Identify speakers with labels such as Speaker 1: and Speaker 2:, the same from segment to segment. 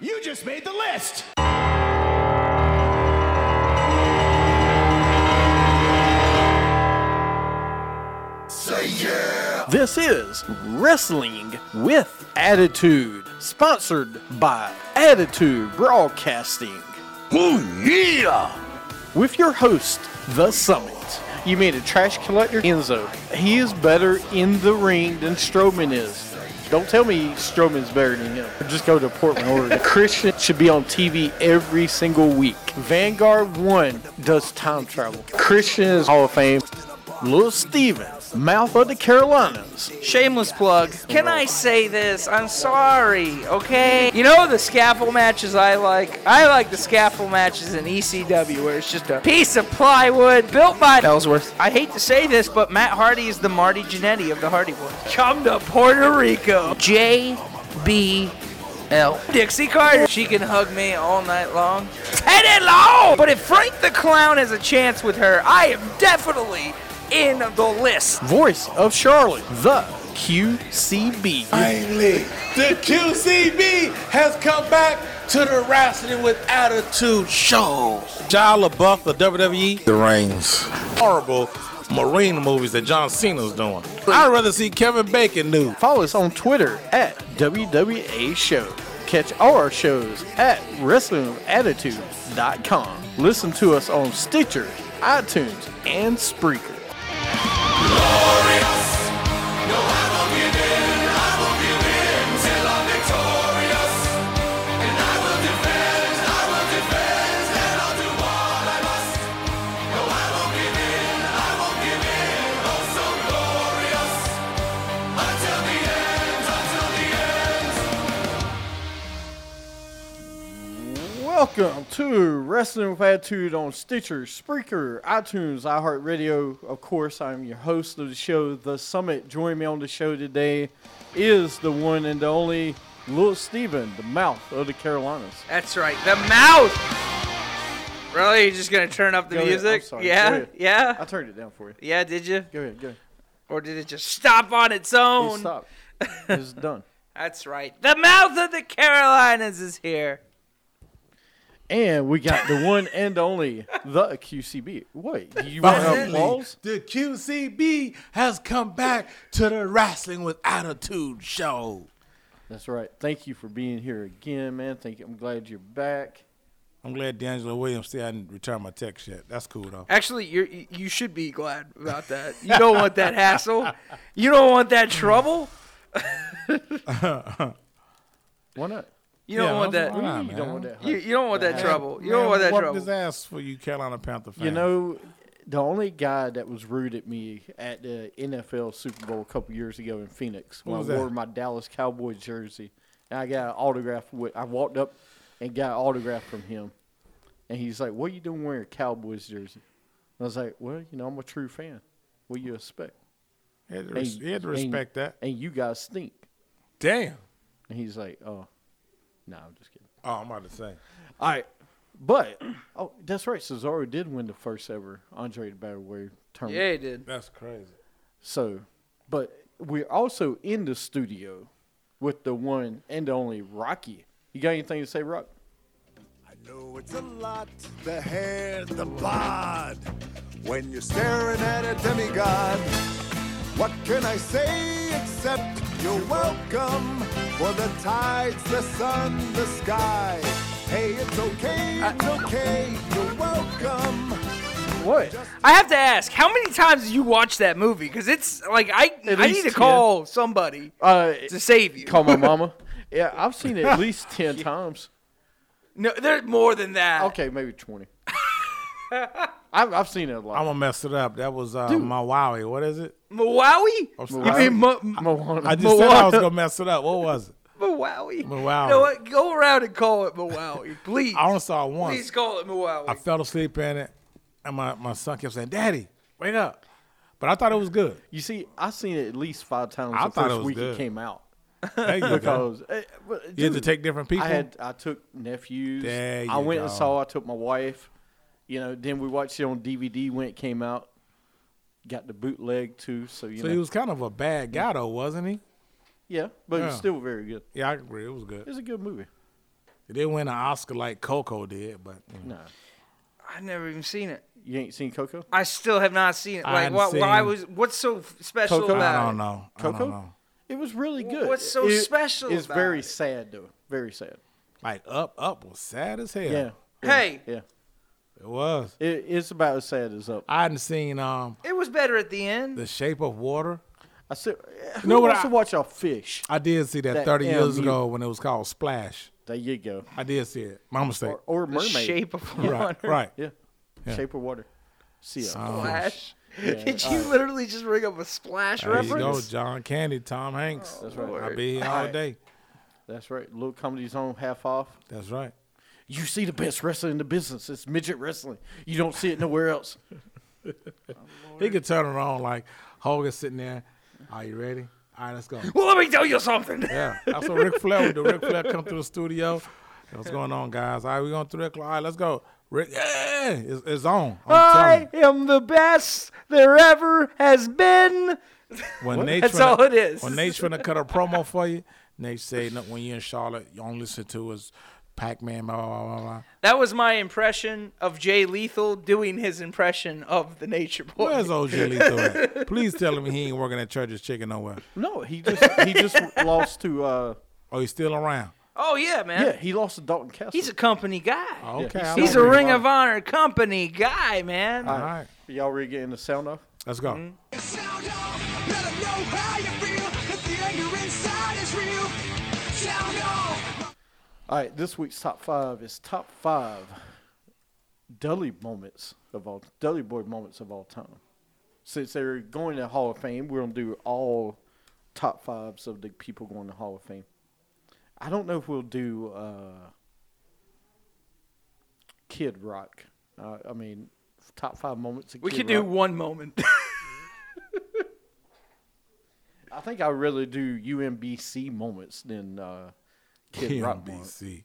Speaker 1: You just made the list.
Speaker 2: This is Wrestling with Attitude, sponsored by Attitude Broadcasting.
Speaker 3: Oh, yeah!
Speaker 2: With your host, The Summit. You made a trash collector, Enzo. He is better in the ring than Strowman is. Don't tell me Strowman's better than him. Just go to Portland, Oregon. Christian should be on TV every single week. Vanguard 1 does time travel. Christian is Hall of Fame. Little Steven, mouth of the Carolinas,
Speaker 4: Shameless plug. Can I say this? I'm sorry, okay? You know the scaffold matches I like? I like the scaffold matches in ECW where it's just a piece of plywood built by Ellsworth. I hate to say this, but Matt Hardy is the Marty Jannetty of the Hardy Boys. Come to Puerto Rico. JBL. Dixie Carter. She can hug me all night long. Ten and long! But if Frank the Clown has a chance with her, I am definitely in the list.
Speaker 2: voice of Charlotte, the QCB.
Speaker 3: Finally, the QCB has come back to the Wrestling with Attitude show. Shia LaBeouf of E. WWE. The Reigns. Horrible Marine movies that John Cena's doing. I'd rather see Kevin Bacon new.
Speaker 2: Follow us on Twitter at WWA Show. Catch all our shows at WrestlingAttitude.com. Listen to us on Stitcher, iTunes, and Spreaker. Welcome to Wrestling with Attitude on Stitcher, Spreaker, iTunes, iHeartRadio. Of course, I'm your host of the show, The Summit. Joining me on the show today is the one and the only Little Steven, the mouth of the Carolinas.
Speaker 4: That's right. The mouth. Really? You're just gonna turn up the
Speaker 2: Go ahead, I'm
Speaker 4: music?
Speaker 2: sorry, go
Speaker 4: Yeah.
Speaker 2: ahead. I
Speaker 4: Yeah.
Speaker 2: turned it down for you.
Speaker 4: Yeah. Did you?
Speaker 2: Go ahead, go ahead.
Speaker 4: Or did it just stop on its own?
Speaker 2: Please stop. It's done.
Speaker 4: That's right. The mouth of the Carolinas is here.
Speaker 2: And we got the one and only the QCB. Wait, you want to applause?
Speaker 3: The QCB has come back to the Wrestling with Attitude show.
Speaker 2: That's right. Thank you for being here again, man. Thank you. I'm glad you're back.
Speaker 5: I'm glad D'Angelo Williams said I didn't return my text yet. That's cool though.
Speaker 4: Actually, you're, you you should be glad about that. You don't want that hassle. You don't want that trouble.
Speaker 2: Why not?
Speaker 4: You don't
Speaker 5: Yeah,
Speaker 4: want
Speaker 5: that's
Speaker 4: that.
Speaker 5: fine,
Speaker 2: You don't
Speaker 5: man.
Speaker 2: want that.
Speaker 4: You, you don't want that trouble. You don't
Speaker 5: Man,
Speaker 4: want that
Speaker 5: whoop
Speaker 4: trouble.
Speaker 5: his ass for you Carolina Panther fans.
Speaker 2: You know, the only guy that was rude at me at the NFL Super Bowl a couple years ago in Phoenix when
Speaker 5: was
Speaker 2: I
Speaker 5: that?
Speaker 2: wore my Dallas Cowboys jersey, and I got an autograph. With, I walked up and got an autograph from him, and he's like, "What are you doing wearing a Cowboys jersey?" And I was like, "Well, you know, I'm a true fan. What do you expect?"
Speaker 5: he had to,
Speaker 2: And-
Speaker 5: res- he had to respect
Speaker 2: and-
Speaker 5: that.
Speaker 2: And you guys stink.
Speaker 5: Damn.
Speaker 2: And he's like, "Oh, no, I'm just kidding."
Speaker 5: Oh, I'm about to say.
Speaker 2: All right, but oh, that's right. Cesaro did win the first ever Andre the Battle Warrior tournament.
Speaker 4: Yeah, you did.
Speaker 5: That's crazy.
Speaker 2: So, but we're also in the studio with the one and only Rocky. You got anything to say, Rock?
Speaker 6: No, it's a lot. The hair, the bod. When you're staring at a demigod, what can I say except you're welcome for the tides, the sun, the sky. Hey, it's okay, it's okay. You're welcome.
Speaker 2: What?
Speaker 4: I have to ask, how many times did you watch that movie? Because it's like I
Speaker 2: At
Speaker 4: I
Speaker 2: least
Speaker 4: need
Speaker 2: 10.
Speaker 4: to call somebody
Speaker 2: Uh,
Speaker 4: to save you.
Speaker 2: call my mama. Yeah, I've seen it at least ten times.
Speaker 4: No, there's more than that.
Speaker 2: Okay, maybe twenty. I've, I've seen it a
Speaker 5: I'm
Speaker 2: lot.
Speaker 5: gonna mess it up. That was uh, my Wowie. What is it?
Speaker 4: Malawi? You
Speaker 5: I'm sorry.
Speaker 4: mean Ma-
Speaker 2: Moana.
Speaker 5: I just said I was gonna mess it up. What was it?
Speaker 4: Malawi?
Speaker 5: Malawi.
Speaker 4: You know what? Go around and call it Malawi, please.
Speaker 5: I only saw it once.
Speaker 4: please call it Malawi.
Speaker 5: I fell asleep in it, and my, my son kept saying, "Daddy, wake up!" But I thought it was good.
Speaker 2: you see, I've seen it at least five times
Speaker 5: I
Speaker 2: the
Speaker 5: thought it
Speaker 2: first
Speaker 5: was
Speaker 2: week it
Speaker 5: good.
Speaker 2: came out.
Speaker 5: There you go.
Speaker 2: Because eh, but,
Speaker 5: You had to
Speaker 2: dude,
Speaker 5: take different people.
Speaker 2: I had I took nephews.
Speaker 5: There
Speaker 2: I
Speaker 5: you
Speaker 2: went and
Speaker 5: go.
Speaker 2: saw. I took my wife. You know, then we watched it on DVD when it came out. Got the bootleg too, so you
Speaker 5: so
Speaker 2: know.
Speaker 5: he was kind of a bad guy, though, wasn't he?
Speaker 2: yeah, but it was
Speaker 5: Yeah.
Speaker 2: still very good.
Speaker 5: Yeah, I agree. It was
Speaker 2: It
Speaker 5: good.
Speaker 2: was a good movie.
Speaker 5: It didn't win an Oscar like Coco did, but you know.
Speaker 4: I've never even seen it.
Speaker 2: You ain't seen Coco?
Speaker 4: I still have not seen it.
Speaker 5: I
Speaker 4: Like,
Speaker 5: hadn't
Speaker 4: what? Why
Speaker 5: seen-
Speaker 4: was? What's so f- special
Speaker 2: Coco?
Speaker 4: about
Speaker 5: I
Speaker 4: it?
Speaker 5: don't know. I
Speaker 2: Coco?
Speaker 5: don't know.
Speaker 2: It was really
Speaker 4: Wh-
Speaker 2: good.
Speaker 4: what's so
Speaker 2: It-
Speaker 4: special
Speaker 2: It's
Speaker 4: about
Speaker 2: very
Speaker 4: it?
Speaker 2: sad though. Very sad.
Speaker 5: Like Up, Up was sad as hell.
Speaker 2: Yeah.
Speaker 4: Hey,
Speaker 2: Yeah.
Speaker 5: it was.
Speaker 2: It, it's about as sad as up.
Speaker 5: I hadn't seen um
Speaker 4: it was better at the end.
Speaker 5: The Shape of Water.
Speaker 2: I said, who
Speaker 5: know what
Speaker 2: wants
Speaker 5: I-
Speaker 2: to watch a fish?
Speaker 5: I did see that,
Speaker 2: That
Speaker 5: 30 years
Speaker 2: damn
Speaker 5: ago when it was called Splash.
Speaker 2: There you go.
Speaker 5: I did see it. My mistake.
Speaker 2: Or, or
Speaker 4: the
Speaker 2: mermaid.
Speaker 4: shape of water.
Speaker 5: right, right.
Speaker 2: Yeah. Shape of water. See ya.
Speaker 5: Oh,
Speaker 4: Splash. Did you literally just bring up a splash
Speaker 5: There you go,
Speaker 4: reference?
Speaker 5: John Candy, Tom Hanks.
Speaker 4: Oh,
Speaker 2: That's right.
Speaker 5: I'll be here all day.
Speaker 2: That's right. Little comedy's on half off.
Speaker 5: That's right.
Speaker 2: You see the best wrestler in the business. It's midget wrestling. You don't see it nowhere else.
Speaker 5: He could turn around like Hogan sitting there. Are you ready? All right, let's go.
Speaker 4: Well, let me tell you something.
Speaker 5: Yeah, that's what Ric Flair would do. Ric Flair come through the studio. What's going on, guys? All right, we going through the clock. All right, let's go. Rick, yeah, it's, it's on. I'm
Speaker 4: I
Speaker 5: telling you.
Speaker 4: am the best there ever has been.
Speaker 5: When Nate
Speaker 4: That's
Speaker 5: finna-
Speaker 4: all it is.
Speaker 5: When Nate's finna cut a promo for you, Nate say, no, when you're in Charlotte, you only listen to is Pac-Man, blah, blah, blah, blah.
Speaker 4: That was my impression of Jay Lethal doing his impression of the Nature Boy.
Speaker 5: Where's OG Lethal at? Please tell him he ain't working at Church's Chicken nowhere.
Speaker 2: No, he just he just lost to uh
Speaker 5: Oh, he's still around.
Speaker 4: oh yeah, man.
Speaker 2: yeah, he lost to Dalton Castle.
Speaker 4: He's a company guy.
Speaker 5: Okay.
Speaker 2: he's
Speaker 5: Oh, I
Speaker 4: He's a
Speaker 5: like it.
Speaker 4: Ring of Honor company guy, man.
Speaker 5: All right,
Speaker 2: Y'all ready to get in the sound off?
Speaker 5: let's go.
Speaker 4: Mm-hmm.
Speaker 1: Sound off, let 'em know how you feel, that the anger inside is real. Sound off.
Speaker 2: All right, this week's top five is top five Dudley moments of all Dudley Boy moments of all time. Since they're going to Hall of Fame, we're gonna do all top fives of the people going to Hall of Fame. I don't know if we'll do uh, Kid Rock. Uh, I mean, top five moments. Of
Speaker 4: we
Speaker 2: Kid
Speaker 4: could do
Speaker 2: Rock.
Speaker 4: one moment.
Speaker 2: I think I really do UMBC moments than uh, Kid Rock. moments.
Speaker 5: KMBC.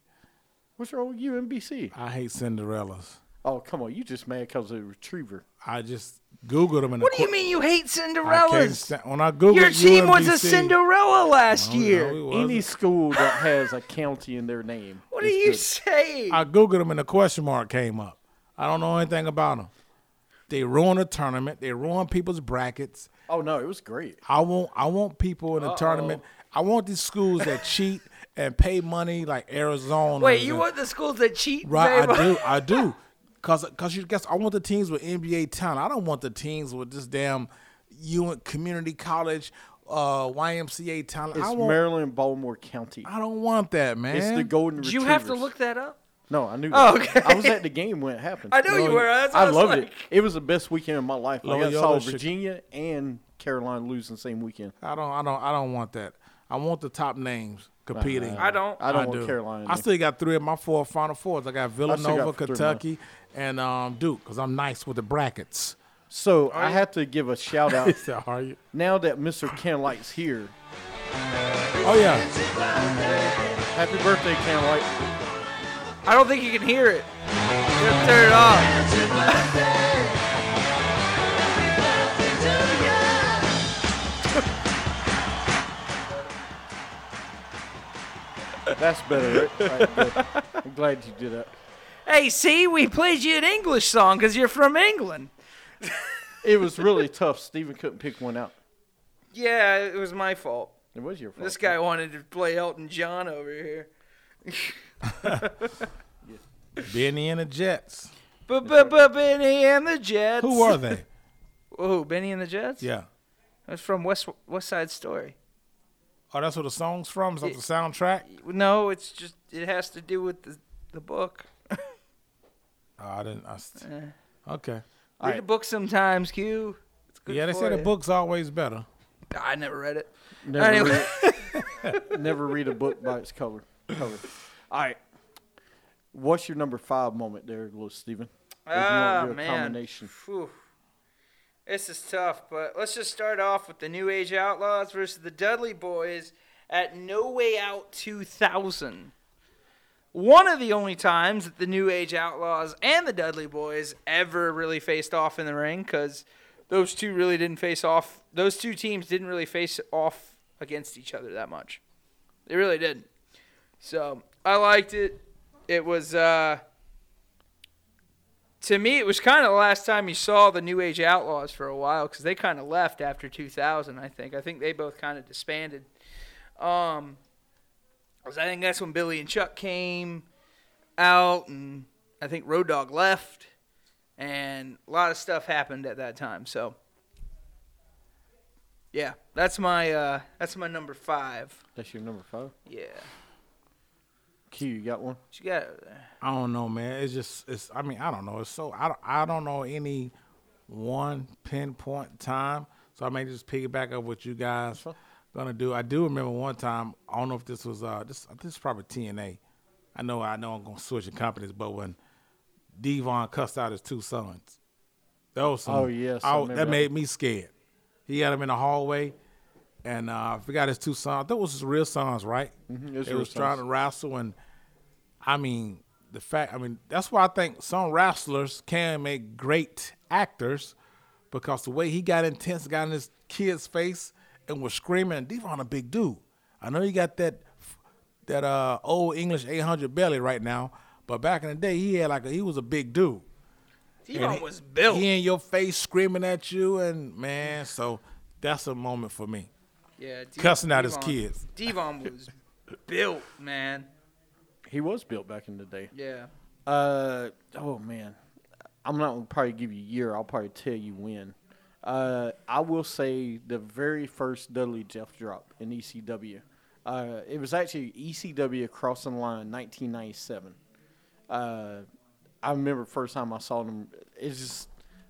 Speaker 2: What's wrong with UMBC?
Speaker 5: I hate Cinderellas.
Speaker 2: Oh come on, you just mad because of the retriever.
Speaker 5: I just Googled them. In
Speaker 4: what
Speaker 5: the
Speaker 4: do you
Speaker 5: qu-
Speaker 4: mean you hate
Speaker 5: I can't
Speaker 4: Cinderellas?
Speaker 5: sta- when I Googled
Speaker 4: Your team was a
Speaker 5: UMBC
Speaker 4: Cinderella last
Speaker 5: No, Oh, no,
Speaker 4: year.
Speaker 5: it wasn't.
Speaker 2: Any school that has a county in their name.
Speaker 4: what are
Speaker 2: is
Speaker 4: you
Speaker 2: good.
Speaker 4: saying?
Speaker 5: I Googled them and the question mark came up. I don't know anything about them. They ruin the tournament. They ruin people's brackets.
Speaker 2: Oh no, it was great.
Speaker 5: I want I want people in the tournament. I want these schools that cheat and pay money like Arizona.
Speaker 4: Wait, you
Speaker 5: and-
Speaker 4: want the schools that cheat?
Speaker 5: Right,
Speaker 4: babe?
Speaker 5: I do, I do, cause, cause you guess I want the teams with NBA talent. I don't want the teams with this damn you community college, uh, YMCA talent.
Speaker 2: It's
Speaker 5: I want,
Speaker 2: Maryland Baltimore County.
Speaker 5: I don't want that, man.
Speaker 2: It's the Golden
Speaker 4: Oh, Did
Speaker 2: Retrievers.
Speaker 4: you have to look that up?
Speaker 2: No, I knew.
Speaker 4: Oh,
Speaker 2: that.
Speaker 4: okay.
Speaker 2: I was at the game when it happened.
Speaker 4: I know you were. That's what I was
Speaker 2: loved
Speaker 4: like.
Speaker 2: it. It was the best weekend of my life. Like, I saw
Speaker 5: Loyola should-
Speaker 2: Virginia and Carolina lose the same weekend.
Speaker 5: I don't, I don't, I don't want that. I want the top names competing.
Speaker 4: I don't.
Speaker 2: I don't want Carolina.
Speaker 5: I still got three of my four Final Fours. I got Villanova,
Speaker 2: three more.
Speaker 5: Kentucky, and um, Duke, cause I'm nice with the brackets.
Speaker 2: so I have to give a shout out
Speaker 5: So, are you?
Speaker 2: now that Mr. Candlelight's here.
Speaker 5: Oh yeah.
Speaker 2: Happy birthday, Candlelight!
Speaker 4: I don't think you can hear it. You have to turn it off.
Speaker 2: That's better. Right? All right, good. I'm glad you did that.
Speaker 4: Hey, see, we played you an English song because you're from England.
Speaker 2: It was really tough. Steven couldn't pick one out.
Speaker 4: Yeah, it was my fault.
Speaker 2: It was your fault.
Speaker 4: This guy wanted to play Elton John over here.
Speaker 5: Benny and the Jets.
Speaker 4: Benny and the Jets.
Speaker 5: Who are they?
Speaker 4: Oh, Benny and the Jets?
Speaker 5: Yeah.
Speaker 4: That's from West West Side Story.
Speaker 5: Oh, that's where the song's from. Is that the soundtrack?
Speaker 4: No, it's just it has to do with the, the book.
Speaker 5: Oh, I didn't. I st- okay.
Speaker 4: Read a book sometimes, Q. It's good
Speaker 5: Yeah, they
Speaker 4: for
Speaker 5: say the
Speaker 4: ya.
Speaker 5: book's always better.
Speaker 4: I never read it.
Speaker 2: Never
Speaker 4: Anyway.
Speaker 2: read never read a book by its cover. cover. All right. What's your number five moment there, little Steven? If you wanna
Speaker 4: Ah,
Speaker 2: do a
Speaker 4: man.
Speaker 2: combination.
Speaker 4: Phew. This is tough, but let's just start off with the New Age Outlaws versus the Dudley Boys at No Way Out 2000. One of the only times that the New Age Outlaws and the Dudley Boys ever really faced off in the ring because those two really didn't face off. Those two teams didn't really face off against each other that much. They really didn't. So I liked it. It was uh to me it was kind of the last time you saw the New Age Outlaws for a while cuz they kind of left after 2000, I think. I think they both kind of disbanded. Um 'cause I think that's when Billy and Chuck came out and I think Road Dog left and a lot of stuff happened at that time. So yeah, that's my uh that's my number 5.
Speaker 2: That's your number five.
Speaker 4: Yeah.
Speaker 2: Q, you got one?
Speaker 4: What you got over there?
Speaker 5: I don't know, man. It's just it's. I mean, I don't know. It's so I don't, I don't know any one pinpoint time. So I may just piggyback up what you guys gonna do. I do remember one time. I don't know if this was uh this this is probably TNA. I know I know I'm gonna switch the companies, but when Devon cussed out his two sons, that was some,
Speaker 2: Oh, yes, I
Speaker 5: I-
Speaker 2: remember
Speaker 5: that
Speaker 2: that.
Speaker 5: made me scared. He had him in the hallway, and uh, I forgot his two sons. That was his real sons, right?
Speaker 2: Mhm, his
Speaker 5: They
Speaker 2: real
Speaker 5: was trying
Speaker 2: sons.
Speaker 5: to wrestle and. I mean, the fact, I mean, that's why I think some wrestlers can make great actors because the way he got intense, got in his kid's face and was screaming, Devon a big dude. I know he got that that uh old English 800 belly right now, but back in the day, he had like a, he was a big dude.
Speaker 4: Devon
Speaker 5: he-
Speaker 4: was built.
Speaker 5: He in your face screaming at you, and man, so that's a moment for me.
Speaker 4: yeah,
Speaker 5: cussing out his
Speaker 4: Devon-
Speaker 5: kids.
Speaker 4: Devon was built, man.
Speaker 2: He was built back in the day.
Speaker 4: Yeah.
Speaker 2: Uh oh man, I'm not gonna probably give you a year. I'll probably tell you when. Uh, I will say the very first Dudley Jeff drop in ECW. Uh, it was actually ECW Crossing Line 1997. Uh, I remember the first time I saw them. It's just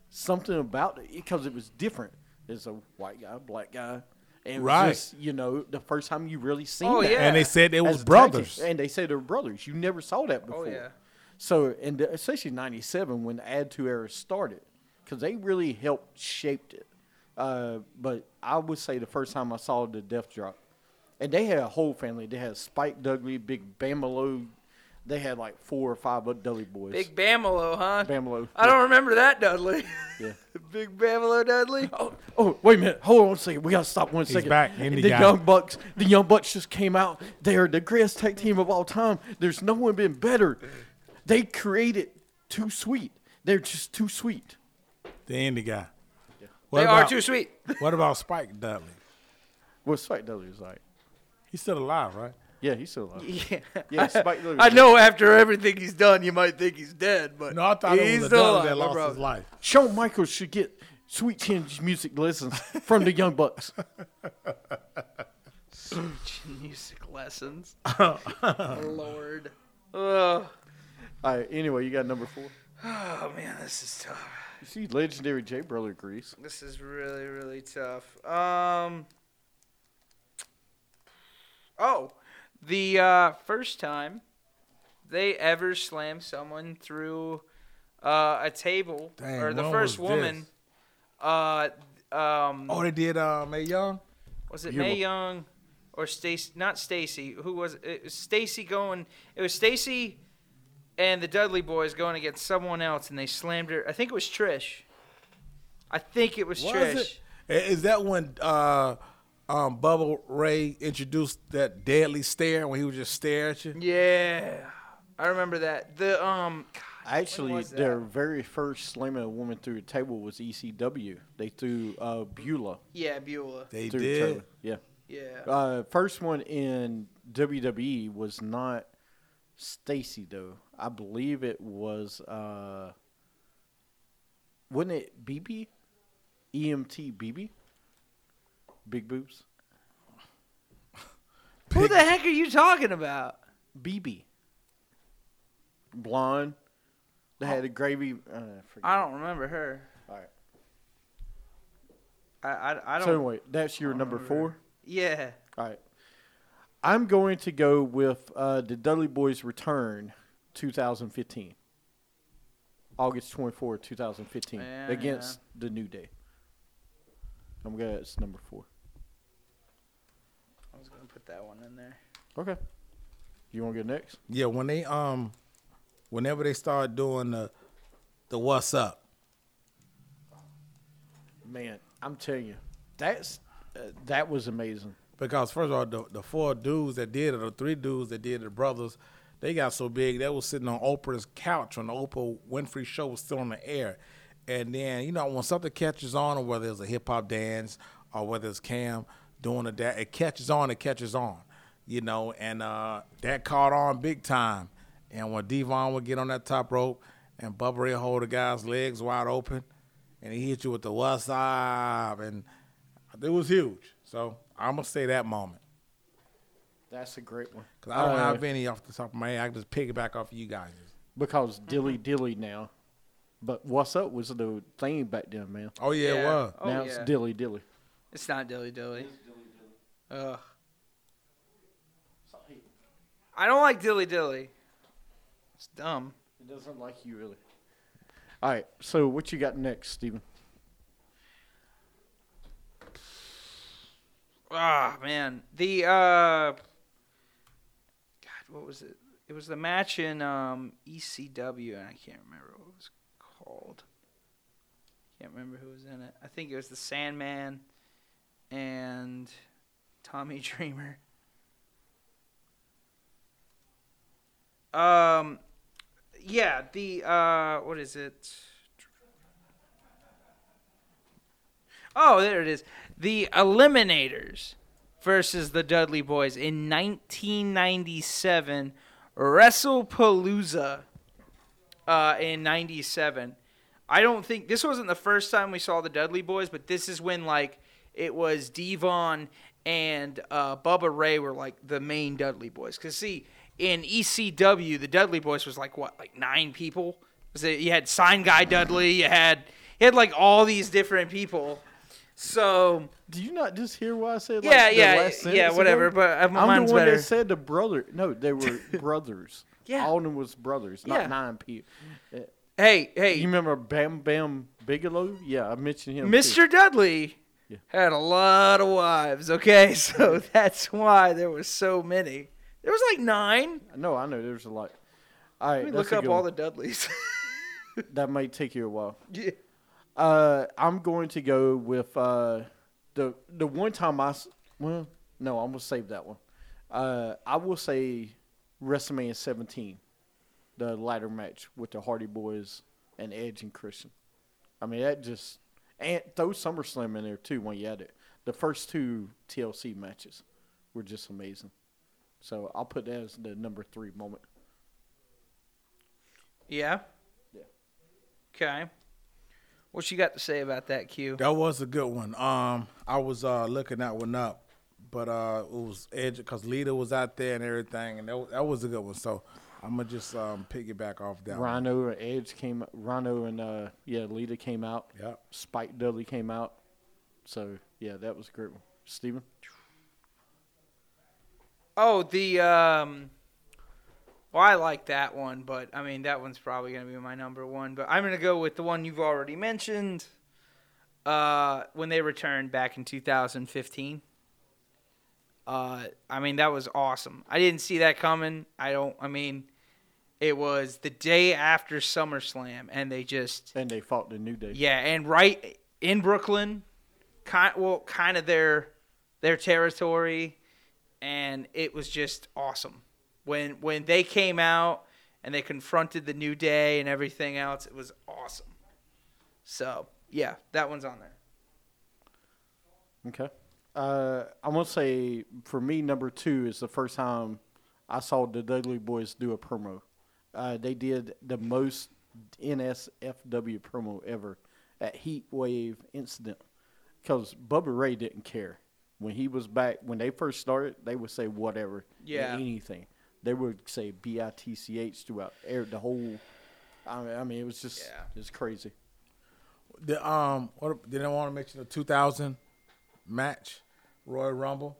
Speaker 2: something about it because it was different. It's a white guy, black guy, and it was
Speaker 5: Right.
Speaker 2: just, you know, the first time you really seen.
Speaker 4: Oh,
Speaker 2: that
Speaker 4: yeah.
Speaker 5: And they said they
Speaker 2: as
Speaker 5: was
Speaker 2: a tag team.
Speaker 5: brothers.
Speaker 2: and they say they're brothers. You never saw that before.
Speaker 4: Oh, yeah.
Speaker 2: So, and the- especially '97 when the Add Two era started, because they really helped shaped it. Uh, but I would say the first time I saw the Death Drop, and they had a whole family. They had Spike Dudley, Big Bamalo. They had like four or five of Dudley boys.
Speaker 4: Big Bamalo, huh?
Speaker 2: Bamalo,
Speaker 4: I don't remember that, Dudley.
Speaker 2: Yeah.
Speaker 4: Big Bamalo Dudley.
Speaker 2: Oh, oh, wait a minute. Hold on a second. We gotta stop one second.
Speaker 5: back. Indy
Speaker 2: The
Speaker 5: guy.
Speaker 2: young bucks. The young bucks just came out. They are the greatest tag team of all time. There's no one been better. They created too sweet. They're just too sweet.
Speaker 5: The indie guy. What
Speaker 4: They are
Speaker 5: about-
Speaker 4: too sweet.
Speaker 5: What about Spike Dudley?
Speaker 2: Well, Spike Dudley was like,
Speaker 5: He's still alive, right?
Speaker 2: yeah, he's still alive.
Speaker 4: Yeah.
Speaker 2: Yeah, Spike Dudley.
Speaker 4: I know after everything he's done, you might think he's dead, but
Speaker 5: No, I thought
Speaker 4: he's
Speaker 5: it was a
Speaker 4: still
Speaker 5: Dudley that
Speaker 4: alive, my
Speaker 5: lost
Speaker 4: brother.
Speaker 5: his life.
Speaker 2: Shawn Michaels should get sweet change music lessons from the young bucks.
Speaker 4: Music lessons. Lord. Oh, Ugh.
Speaker 2: All right. Anyway, you got number four.
Speaker 4: Oh man, this is tough.
Speaker 2: You see, legendary J Brother Grease.
Speaker 4: This is really, really tough. Um. Oh, the uh, first time they ever slammed someone through uh, a table,
Speaker 5: Dang,
Speaker 4: or the
Speaker 5: when
Speaker 4: first
Speaker 5: was
Speaker 4: woman, uh, um,
Speaker 5: Oh, they did uh, May Young.
Speaker 4: was it
Speaker 5: you
Speaker 4: May
Speaker 5: were-
Speaker 4: Young or Stacy? Not Stacy. Who was it? it was Stacy going? It was Stacy and the Dudley boys going against someone else, and they slammed her. I think it was Trish. I think it was, Trish.
Speaker 5: it? I- Is that when uh, um, Bubba Ray introduced that deadly stare when he would just stare at you?
Speaker 4: Yeah, I remember that. The um,
Speaker 2: Actually,
Speaker 4: was that?
Speaker 2: their very first slamming a woman through a table was ECW. They threw uh, Beulah
Speaker 4: yeah, Beulah.
Speaker 5: They
Speaker 2: through a
Speaker 5: did.
Speaker 2: table. Yeah.
Speaker 4: Yeah,
Speaker 2: Uh, first one in WWE was not Stacy though. I believe it was. Uh, wasn't it E BB? EMT BB. Big boobs.
Speaker 4: who the heck are you talking about?
Speaker 2: BB. Blonde. They had a gravy. Uh, forget.
Speaker 4: I don't remember her.
Speaker 2: All right.
Speaker 4: I I, I don't.
Speaker 2: So anyway, that's your number four.
Speaker 4: yeah,
Speaker 2: All right. I'm going to go with uh, the Dudley Boys Return 2015. August 24, 2015.
Speaker 4: Yeah,
Speaker 2: against the New Day. I'm going to, it's number four.
Speaker 4: I was gonna put that one in there.
Speaker 2: Okay. You want to go next?
Speaker 5: Yeah, when they um, whenever they started doing the the what's up,
Speaker 2: Man, I'm telling you, that's, uh, that was amazing.
Speaker 5: because first of all, the, the four dudes that did it, or three dudes that did it, the brothers, They got so big they was sitting on Oprah's couch when the Oprah Winfrey show was still on the air. And then you know when something catches on, or whether it's a hip hop dance or whether it's Cam doing a da- it catches on, it catches on, you know. And uh, that caught on big time. And when Devon would get on that top rope and Bubba Ray hold the guy's legs wide open, and he hit you with the what's up, and it was huge. So I'm gonna say that moment.
Speaker 2: That's a great one.
Speaker 5: Cause I don't
Speaker 2: Uh,
Speaker 5: have any off the top of my head. I can just piggyback off of you guys.
Speaker 2: because
Speaker 4: Mm-hmm.
Speaker 2: dilly dilly now. But what's up was the thing back then, man.
Speaker 5: Oh yeah, it
Speaker 4: Yeah.
Speaker 5: was.
Speaker 4: Oh,
Speaker 2: now
Speaker 4: yeah.
Speaker 2: it's dilly dilly.
Speaker 4: It's not dilly dilly. Ugh. I don't like dilly dilly. It's dumb.
Speaker 2: It doesn't like you really. All right, so what you got next, Steven?
Speaker 4: Ah man, the uh, God, what was it? It was the match in um, ECW, and I can't remember what it was called. Can't remember who was in it. I think it was the Sandman and Tommy Dreamer. Um, yeah, the uh, what is it? Oh, there it is. The Eliminators versus the Dudley Boys in 1997 WrestlePalooza uh, in 97. I don't think this wasn't the first time we saw the Dudley Boys, but this is when like it was Devon and uh, Bubba Ray were like the main Dudley Boys. Cause see, in ECW, the Dudley Boys was like what, like nine people? Was it, you had Sign Guy Dudley, you had you had like all these different people. So
Speaker 2: Do you not just hear what I said?
Speaker 4: Yeah,
Speaker 2: like, the
Speaker 4: yeah,
Speaker 2: last
Speaker 4: yeah,
Speaker 2: sentence
Speaker 4: whatever,
Speaker 2: ago?
Speaker 4: but, uh,
Speaker 2: I'm
Speaker 4: mine's
Speaker 2: the one
Speaker 4: better.
Speaker 2: that said the brother. No, they were brothers.
Speaker 4: Yeah.
Speaker 2: all of them was brothers, not
Speaker 4: Yeah.
Speaker 2: nine people.
Speaker 4: hey, hey,
Speaker 2: You remember Bam Bam Bigelow? Yeah, I mentioned him. too.
Speaker 4: Mr. Dudley had a lot of wives, okay? So that's why there was so many. There was like nine.
Speaker 2: No, I know there's a lot. All right,
Speaker 4: Let me
Speaker 2: that's
Speaker 4: look
Speaker 2: a
Speaker 4: up
Speaker 2: good
Speaker 4: all
Speaker 2: one.
Speaker 4: the Dudleys.
Speaker 2: That might take you a while.
Speaker 4: yeah.
Speaker 2: Uh, I'm going to go with uh, the the one time I s- well no I'm gonna save that one. Uh, I will say WrestleMania 17, the ladder match with the Hardy Boys and Edge and Christian. I mean that just and throw SummerSlam in there too when you add it. The first two TLC matches were just amazing. So I'll put that as the number three moment.
Speaker 4: Yeah.
Speaker 2: Yeah.
Speaker 4: Okay. What you got to say about that, Q?
Speaker 5: That was a good one. Um, I was uh looking that one up, but uh, it was edge because Lita was out there and everything, and that was, that was a good one. So I'm gonna just um piggyback off that. one.
Speaker 2: Rhino and Edge came. Rhino and uh, yeah, Lita came out.
Speaker 5: Yep.
Speaker 2: Spike Dudley came out. So yeah, that was a great one. Steven?
Speaker 4: Oh, the um well, I like that one, but I mean that one's probably gonna be my number one. But I'm gonna go with the one you've already mentioned. Uh, when they returned back in 2015. Uh, I mean that was awesome. I didn't see that coming. I don't. I mean, it was the day after SummerSlam, and they just
Speaker 2: And they fought the New Day.
Speaker 4: yeah, and right in Brooklyn, kind well, kind of their their territory, and it was just awesome when when they came out and they confronted the New Day and everything else. It was awesome. So yeah, that one's on there.
Speaker 2: Okay. Uh, I'm gonna say for me, number two is the first time I saw the Dudley Boys do a promo. Uh, they did the most NSFW promo ever at Heat Wave Incident because Bubba Ray didn't care when he was back when they first started. They would say whatever, and
Speaker 4: Yeah.
Speaker 2: anything. They would say bitch throughout air, the whole. I mean, I mean, it was just
Speaker 4: Yeah.
Speaker 2: it's crazy.
Speaker 5: The um, what, did I want to mention the 2000 match, Royal Rumble,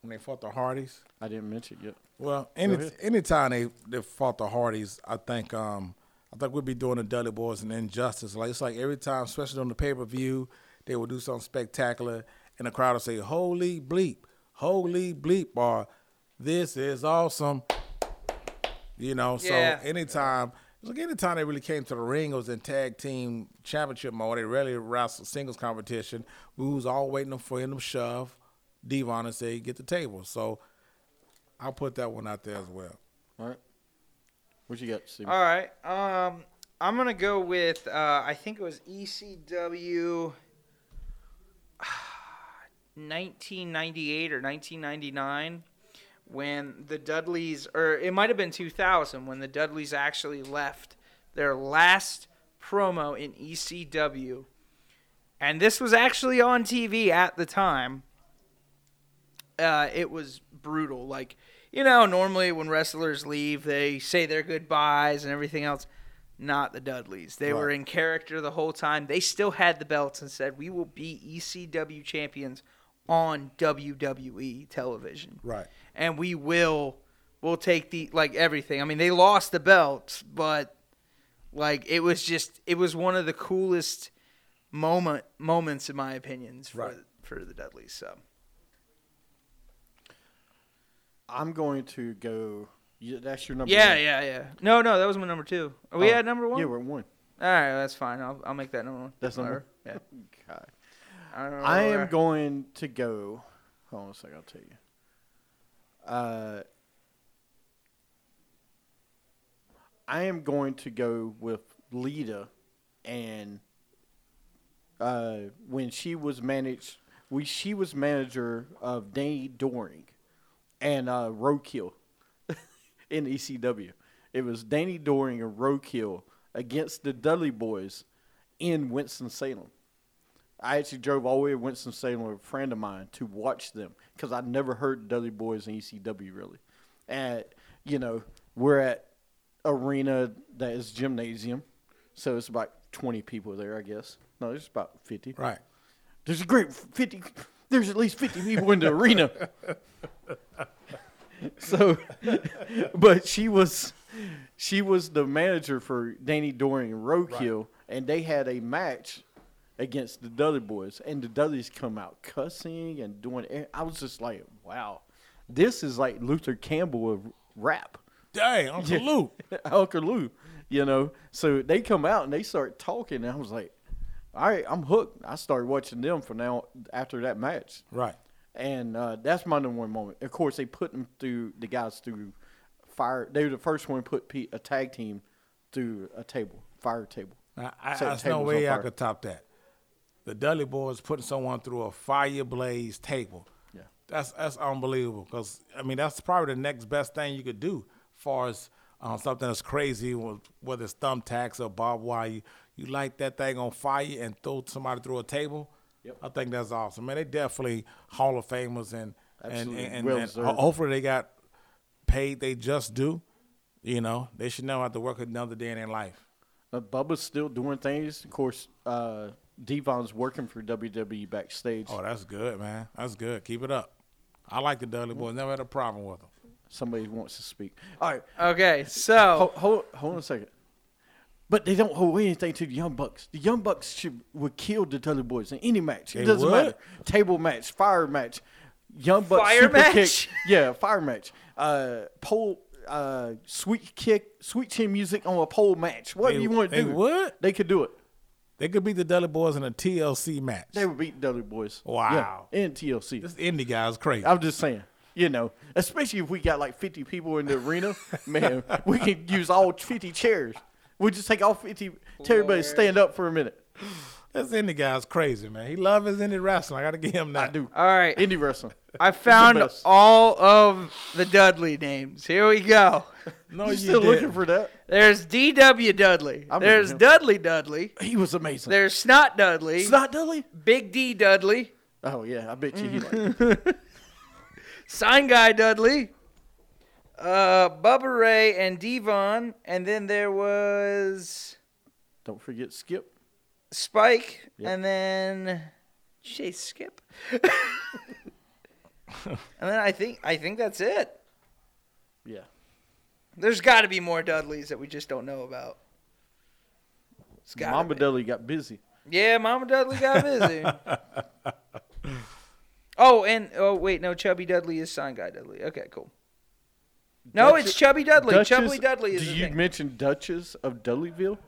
Speaker 5: when they fought the Hardys?
Speaker 2: I didn't mention it yet.
Speaker 5: Well, any
Speaker 2: ahead.
Speaker 5: anytime they, they fought the Hardys, I think um I think we'd be doing the Dudley Boys an injustice. Like it's like every time, especially on the pay per view, they would do something spectacular, and the crowd would say "Holy bleep, holy bleep," or "This is awesome." You know, so
Speaker 4: Yeah.
Speaker 5: anytime. It's like anytime they really came to the ring, it was in tag team championship mode. They rarely wrestled singles competition. We was all waiting for him to shove Devon and say, get the table. So I'll put that one out there as well.
Speaker 2: All right. What you got, Steve?
Speaker 4: All right. Um, I'm gonna go with uh, I think it was ECW. 1998 or 1999 when the Dudleys or it might have been 2000 when the Dudleys actually left their last promo in E ECW and this was actually on TV at the time uh, it was brutal. Like, you know, normally when wrestlers leave, they say their goodbyes and everything else. Not the Dudleys. They were in character the whole time. They still had the belts and said, "We will be ECW champions on WWE television."
Speaker 5: Right.
Speaker 4: And we will we'll take the like everything. I mean, they lost the belts, but like it was just it was one of the coolest moment moments in my opinions for
Speaker 5: Right.
Speaker 4: for the Dudleys. So,
Speaker 2: I'm going to go. you- That's your number.
Speaker 4: Yeah,
Speaker 2: one.
Speaker 4: yeah, yeah. No, no, that was my number two. Are we
Speaker 2: Oh,
Speaker 4: at number one?
Speaker 2: Yeah, we're at one.
Speaker 4: All right, that's fine. I'll, I'll make that number one.
Speaker 2: That's number.
Speaker 4: Whatever.
Speaker 2: God.
Speaker 4: Yeah. I, don't know
Speaker 2: I
Speaker 4: where-
Speaker 2: am going to go. Hold on a second. I'll tell you. Uh, I am going to go with Lita, and uh, when she was managed, we she was manager of Danny Doring and uh, Roadkill in ECW. It was Danny Doring and Roadkill against the Dudley Boys in Winston Salem. I actually drove all the way to Winston Salem with a friend of mine to watch them because I'd never heard Dudley Boys in ECW really. And you know, we're at arena that is gymnasium, so it's about twenty people there, I guess. No, there's about fifty.
Speaker 5: Right.
Speaker 2: There's a great fifty. There's at least fifty people in the arena. So, but she was, she was the manager for Danny Doring and Roadkill, and they had a match against the Dudley Boys, and the Dudleys come out cussing and doing. e- I was just like, wow, this is like Luther Campbell of rap.
Speaker 5: Dang, Uncle Luke.
Speaker 2: Uncle Lou, you know. So they come out and they start talking, and I was like, all right, I'm hooked. I started watching them from now after that match.
Speaker 5: Right.
Speaker 2: And uh, that's my number one moment. Of course, they put them through the guys through fire. They were the first one to put pe- a tag team through a table, fire table.
Speaker 5: I, I,
Speaker 2: Set
Speaker 5: there's no
Speaker 2: tables on
Speaker 5: way I
Speaker 2: fire.
Speaker 5: could top that. The Dudley Boys putting someone through a fire blaze table.
Speaker 2: Yeah.
Speaker 5: That's that's unbelievable. Because I mean, that's probably the next best thing you could do, far as um, something that's crazy, wh- whether it's thumbtacks or barbed wire. You, you light that thing on fire and throw somebody through a table. Yep. I think that's awesome, man. They definitely Hall of Famers and and,
Speaker 2: Absolutely.
Speaker 5: and, and,
Speaker 2: Well
Speaker 5: and
Speaker 2: deserved.
Speaker 5: ho- hopefully they got paid they just do. You know, they should never have to work another day in their life.
Speaker 2: Uh, Bubba's still doing things. Of course, uh, Devon's working for WWE backstage.
Speaker 5: Oh, that's good, man. That's good. Keep it up. I like the Dudley Boys. Never had a problem with them.
Speaker 2: Somebody wants to speak. All right,
Speaker 4: Okay, so
Speaker 5: Oh.
Speaker 2: hold, hold, hold on a second. But they don't hold anything to the Young Bucks. The Young Bucks should would kill the Dudley Boys in any match. It
Speaker 5: They
Speaker 2: doesn't
Speaker 5: would?
Speaker 2: matter. Table match, fire match, Young Bucks
Speaker 4: Fire
Speaker 2: super
Speaker 4: match?
Speaker 2: kick. Yeah, fire match. Uh, pole, uh, sweet kick, sweet chin music on a pole match. Whatever
Speaker 5: They-
Speaker 2: you want to
Speaker 5: they
Speaker 2: do,
Speaker 5: would?
Speaker 2: They could do it.
Speaker 5: They could beat the Dudley Boys in a TLC match.
Speaker 2: They would beat Dudley Boys.
Speaker 5: Wow.
Speaker 2: Yeah, and TLC.
Speaker 5: this indie guy's crazy.
Speaker 2: I'm just saying. You know, especially if we got like 50 people in the arena, man, we can use all 50 chairs. We'll just take all 50, tell everybody to stand up for a minute.
Speaker 5: this indie guy's crazy, man. He loves his indie wrestling. I gotta give him that.
Speaker 2: I do.
Speaker 4: all right,
Speaker 2: Indie wrestling.
Speaker 4: I found
Speaker 2: best.
Speaker 4: all of the Dudley names. Here we go.
Speaker 5: No,
Speaker 2: you
Speaker 5: you
Speaker 2: still
Speaker 5: didn't.
Speaker 2: looking for that?
Speaker 4: There's D.W. Dudley.
Speaker 2: I'm
Speaker 4: There's
Speaker 2: with him.
Speaker 4: Dudley Dudley.
Speaker 2: He was amazing.
Speaker 4: There's Snot Dudley.
Speaker 2: Snot Dudley?
Speaker 4: Big D Dudley.
Speaker 2: Oh, yeah. I bet you he
Speaker 4: Mm-hmm.
Speaker 2: like
Speaker 4: Sign Guy Dudley. Uh, Bubba Ray and Devon, and then there was
Speaker 2: Don't forget Skip.
Speaker 4: Spike, and then did you say Skip. and then I think I think that's it.
Speaker 2: Yeah.
Speaker 4: There's got to be more Dudleys that we just don't know about. It's gotta
Speaker 2: Mama
Speaker 4: be.
Speaker 2: Dudley got busy.
Speaker 4: Yeah, Mama Dudley got busy. oh, and oh wait, no, Chubby Dudley is Sign Guy Dudley. Okay, cool. No,
Speaker 2: Dutch-
Speaker 4: it's Chubby Dudley. Chubby
Speaker 2: Duchess-
Speaker 4: Dudley is
Speaker 2: Do
Speaker 4: the
Speaker 2: you
Speaker 4: thing.
Speaker 2: mention Duchess of Dudleyville?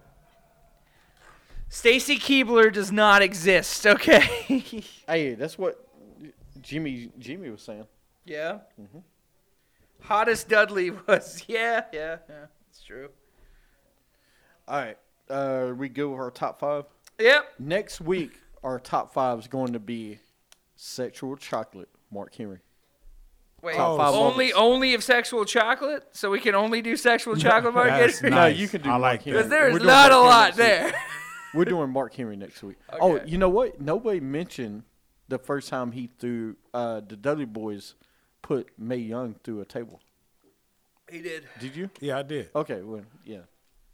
Speaker 4: Stacy Keebler does not exist. Okay.
Speaker 2: Hey, that's what Jimmy Jimmy was saying.
Speaker 4: yeah. Hottest Dudley was yeah, yeah, yeah. It's true.
Speaker 2: All right. Uh, we go with our top five.
Speaker 4: Yep.
Speaker 2: Next week, our top five is going to be Sexual Chocolate, Mark Henry.
Speaker 4: Wait.
Speaker 2: Top five
Speaker 4: only only of sexual chocolate, so we can only do sexual chocolate market.
Speaker 5: That's
Speaker 2: No,
Speaker 5: nice.
Speaker 2: you can do
Speaker 5: I
Speaker 2: Mark
Speaker 5: like
Speaker 2: Henry.
Speaker 5: that.
Speaker 4: There
Speaker 2: We're
Speaker 4: is
Speaker 2: doing
Speaker 4: not
Speaker 2: Mark
Speaker 4: a
Speaker 2: Henry
Speaker 4: lot
Speaker 2: next week.
Speaker 4: there.
Speaker 2: We're doing Mark Henry next week. Oh,
Speaker 4: Okay.
Speaker 2: you know what? Nobody mentioned the first time he threw uh, the Dudley Boys put May Young through a table.
Speaker 4: He did.
Speaker 5: Did you? Yeah, I did.
Speaker 2: Okay, well, yeah.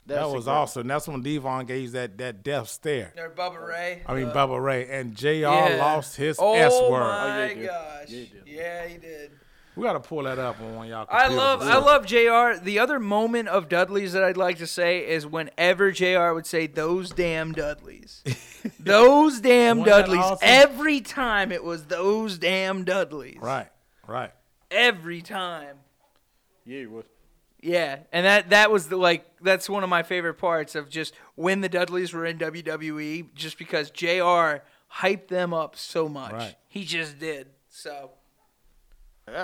Speaker 5: that
Speaker 2: Oh, That's a
Speaker 5: was
Speaker 2: great-
Speaker 5: awesome. That's when Devon gave that that death stare.
Speaker 4: Or Bubba Ray.
Speaker 5: I mean,
Speaker 4: Uh,
Speaker 5: Bubba Ray and Jr.
Speaker 4: yeah.
Speaker 5: lost his
Speaker 4: oh
Speaker 5: S word.
Speaker 4: my
Speaker 2: he did.
Speaker 4: gosh.
Speaker 2: Yeah, he did.
Speaker 4: yeah, he did.
Speaker 5: We gotta pull that up on one of y'all.
Speaker 4: I
Speaker 5: computers.
Speaker 4: love I love JR. The other moment of Dudley's that I'd like to say is whenever JR would say those damn Dudleys. those damn
Speaker 5: Wasn't that
Speaker 4: Dudleys.
Speaker 5: awesome?
Speaker 4: Every time it was those damn Dudleys.
Speaker 5: Right, right.
Speaker 4: Every time.
Speaker 2: Yeah, he was.
Speaker 4: Yeah, and that that was the like that's one of my favorite parts of just when the Dudleys were in WWE, just because Jr. hyped them up so much,
Speaker 5: Right.
Speaker 4: he just did. So,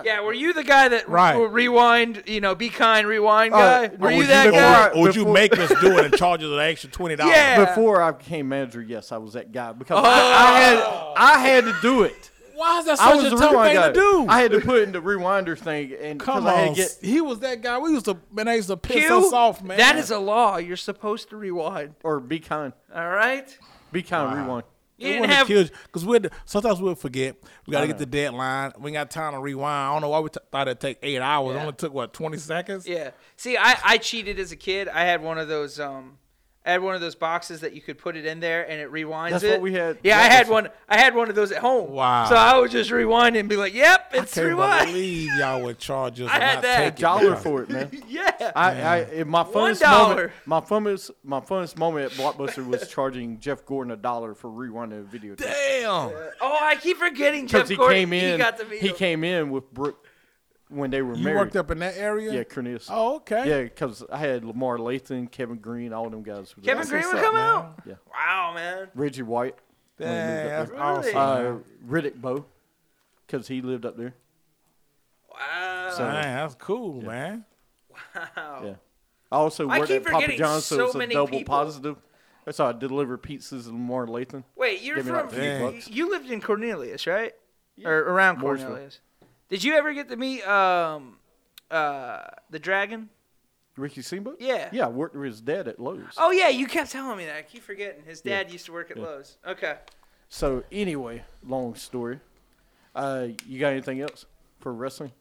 Speaker 4: yeah, were you the guy that
Speaker 5: Right.
Speaker 4: will rewind? You know, be kind, rewind guy.
Speaker 2: Uh,
Speaker 4: were
Speaker 2: or
Speaker 4: you
Speaker 2: would
Speaker 4: that
Speaker 2: you
Speaker 5: Or,
Speaker 4: guy?
Speaker 5: or would you
Speaker 2: Before-
Speaker 5: make us do it and charge us an extra twenty dollars?
Speaker 4: Yeah.
Speaker 2: Before I became manager, yes, I was that guy because
Speaker 4: Oh.
Speaker 2: I, I had I had to do it.
Speaker 5: Why is that
Speaker 2: I
Speaker 5: such
Speaker 2: was
Speaker 5: a
Speaker 2: the
Speaker 5: tough
Speaker 2: rewind
Speaker 5: thing
Speaker 2: guy.
Speaker 5: to do?
Speaker 2: I had to put in the rewinder thing, and because
Speaker 5: Come
Speaker 2: I had
Speaker 5: on,
Speaker 2: to get
Speaker 5: he was that guy. We used to man, they used to piss
Speaker 4: Q?
Speaker 5: us off, man.
Speaker 4: That is a law. You're supposed to rewind.
Speaker 2: or be kind,
Speaker 4: All right.
Speaker 2: be kind, rewind.
Speaker 4: You didn't have.
Speaker 5: because we're sometimes we'll forget. We gotta
Speaker 2: I
Speaker 5: get the deadline. We ain't got time to rewind. I don't know why we t- thought it'd take eight hours. It
Speaker 4: Yeah.
Speaker 5: only took what twenty seconds.
Speaker 4: Yeah. See, I, I cheated as a kid. I had one of those um I had one of those boxes that you could put it in there and it rewinds
Speaker 2: That's
Speaker 4: it.
Speaker 2: what we had.
Speaker 4: Yeah, I
Speaker 2: That
Speaker 4: had
Speaker 2: was-
Speaker 4: one I had one of those at home.
Speaker 5: Wow.
Speaker 4: So I would just rewind it and be like, "Yep,
Speaker 5: I
Speaker 4: it's
Speaker 5: can't
Speaker 4: rewind."
Speaker 5: believe y'all would charge us.
Speaker 4: I
Speaker 5: and
Speaker 4: had
Speaker 5: not
Speaker 4: that.
Speaker 5: take it,
Speaker 2: Dollar
Speaker 5: man.
Speaker 2: for it, man.
Speaker 4: Yeah.
Speaker 2: I, I in my
Speaker 4: One
Speaker 2: funnest
Speaker 4: dollar.
Speaker 2: moment, my funnest, my funnest moment at Blockbuster was charging Jeff Gordon a dollar for rewinding a video
Speaker 5: Damn.
Speaker 4: Oh, I keep forgetting Jeff
Speaker 2: because he
Speaker 4: Gordon.
Speaker 2: came in,
Speaker 4: He
Speaker 2: he,
Speaker 4: got to meet him.
Speaker 2: came in with Brooke when they were
Speaker 5: You
Speaker 2: married.
Speaker 5: worked up in that area?
Speaker 2: yeah, Cornelius.
Speaker 5: Oh, okay.
Speaker 2: Yeah, because I had Lamar Lathan, Kevin Green, all them guys. was
Speaker 4: Kevin
Speaker 2: awesome.
Speaker 4: Green would
Speaker 5: what's
Speaker 4: come
Speaker 5: up, man.
Speaker 4: out.
Speaker 2: Yeah.
Speaker 4: Wow, man.
Speaker 2: Reggie White,
Speaker 5: Dang, that's
Speaker 4: Really?
Speaker 5: awesome.
Speaker 2: uh, Riddick Bowe, because he lived up there.
Speaker 4: Wow.
Speaker 2: So
Speaker 5: Dang, that's cool, man.
Speaker 2: yeah, I also
Speaker 4: Oh. I
Speaker 2: worked
Speaker 4: keep
Speaker 2: at Papa
Speaker 4: forgetting
Speaker 2: John's, so,
Speaker 4: so
Speaker 2: it's a
Speaker 4: many
Speaker 2: double
Speaker 4: people.
Speaker 2: positive. That's how I deliver pizzas in Lamar Lathan.
Speaker 4: Wait, you're
Speaker 2: Give me like
Speaker 4: from
Speaker 2: a few
Speaker 4: you-
Speaker 2: bucks.
Speaker 4: you lived in Cornelius, right? Or around
Speaker 2: Mooresville.
Speaker 4: Cornelius. Did you ever get to meet um uh the dragon?
Speaker 2: Ricky Steamboat?
Speaker 4: Yeah.
Speaker 2: Yeah, I worked with his dad at Lowe's.
Speaker 4: Oh yeah, you kept telling me that. I keep forgetting. His dad used to work at Lowe's. Okay.
Speaker 2: So anyway, long story. Uh, you got anything else for wrestling?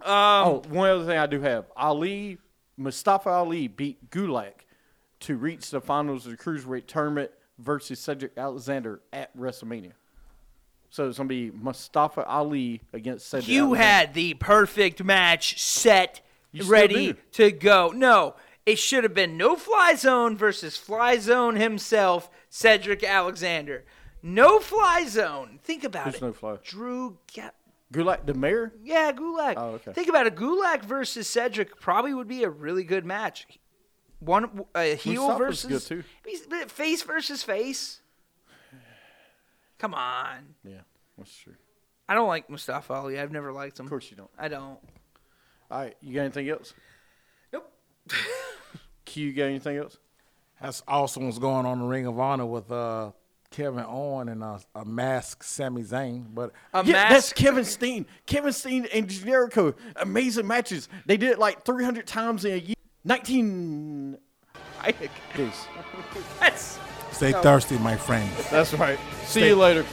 Speaker 2: Um, oh, one other thing I do have. Ali Mustafa Ali beat Gulak to reach the finals of the cruiserweight tournament versus Cedric Alexander at WrestleMania. So it's gonna be Mustafa Ali against Cedric.
Speaker 4: You
Speaker 2: Alexander.
Speaker 4: had the perfect match set,
Speaker 2: You still
Speaker 4: ready
Speaker 2: do.
Speaker 4: to go. No, it should have been no fly zone versus fly zone himself, Cedric Alexander. No fly zone. Think about
Speaker 2: There's
Speaker 4: it.
Speaker 2: no fly.
Speaker 4: Drew got
Speaker 2: Gulak the mayor.
Speaker 4: Yeah, Gulak.
Speaker 2: Oh, okay.
Speaker 4: Think about it. Gulak versus Cedric probably would be a really good match. One uh, heel
Speaker 2: Mustafa's
Speaker 4: versus
Speaker 2: good, too.
Speaker 4: He's- but face versus face. Come on,
Speaker 2: Yeah, that's true. Of
Speaker 4: I don't like Mustafa Ali. I've never liked him. Of
Speaker 2: course you don't.
Speaker 4: I don't.
Speaker 2: All right, you got anything else?
Speaker 4: Nope.
Speaker 2: Q, you got anything else?
Speaker 5: That's awesome what's going on in Ring of Honor with uh, Kevin Owen and uh, a masked Sami Zayn. But
Speaker 4: A
Speaker 2: Yeah, that's
Speaker 4: mask.
Speaker 2: Kevin Steen. Kevin Steen and Generico. Amazing matches. They did it like 300 times in a year. 19.
Speaker 4: I,
Speaker 2: Peace.
Speaker 4: that's
Speaker 5: stay thirsty, my friend.
Speaker 2: That's right. See you later.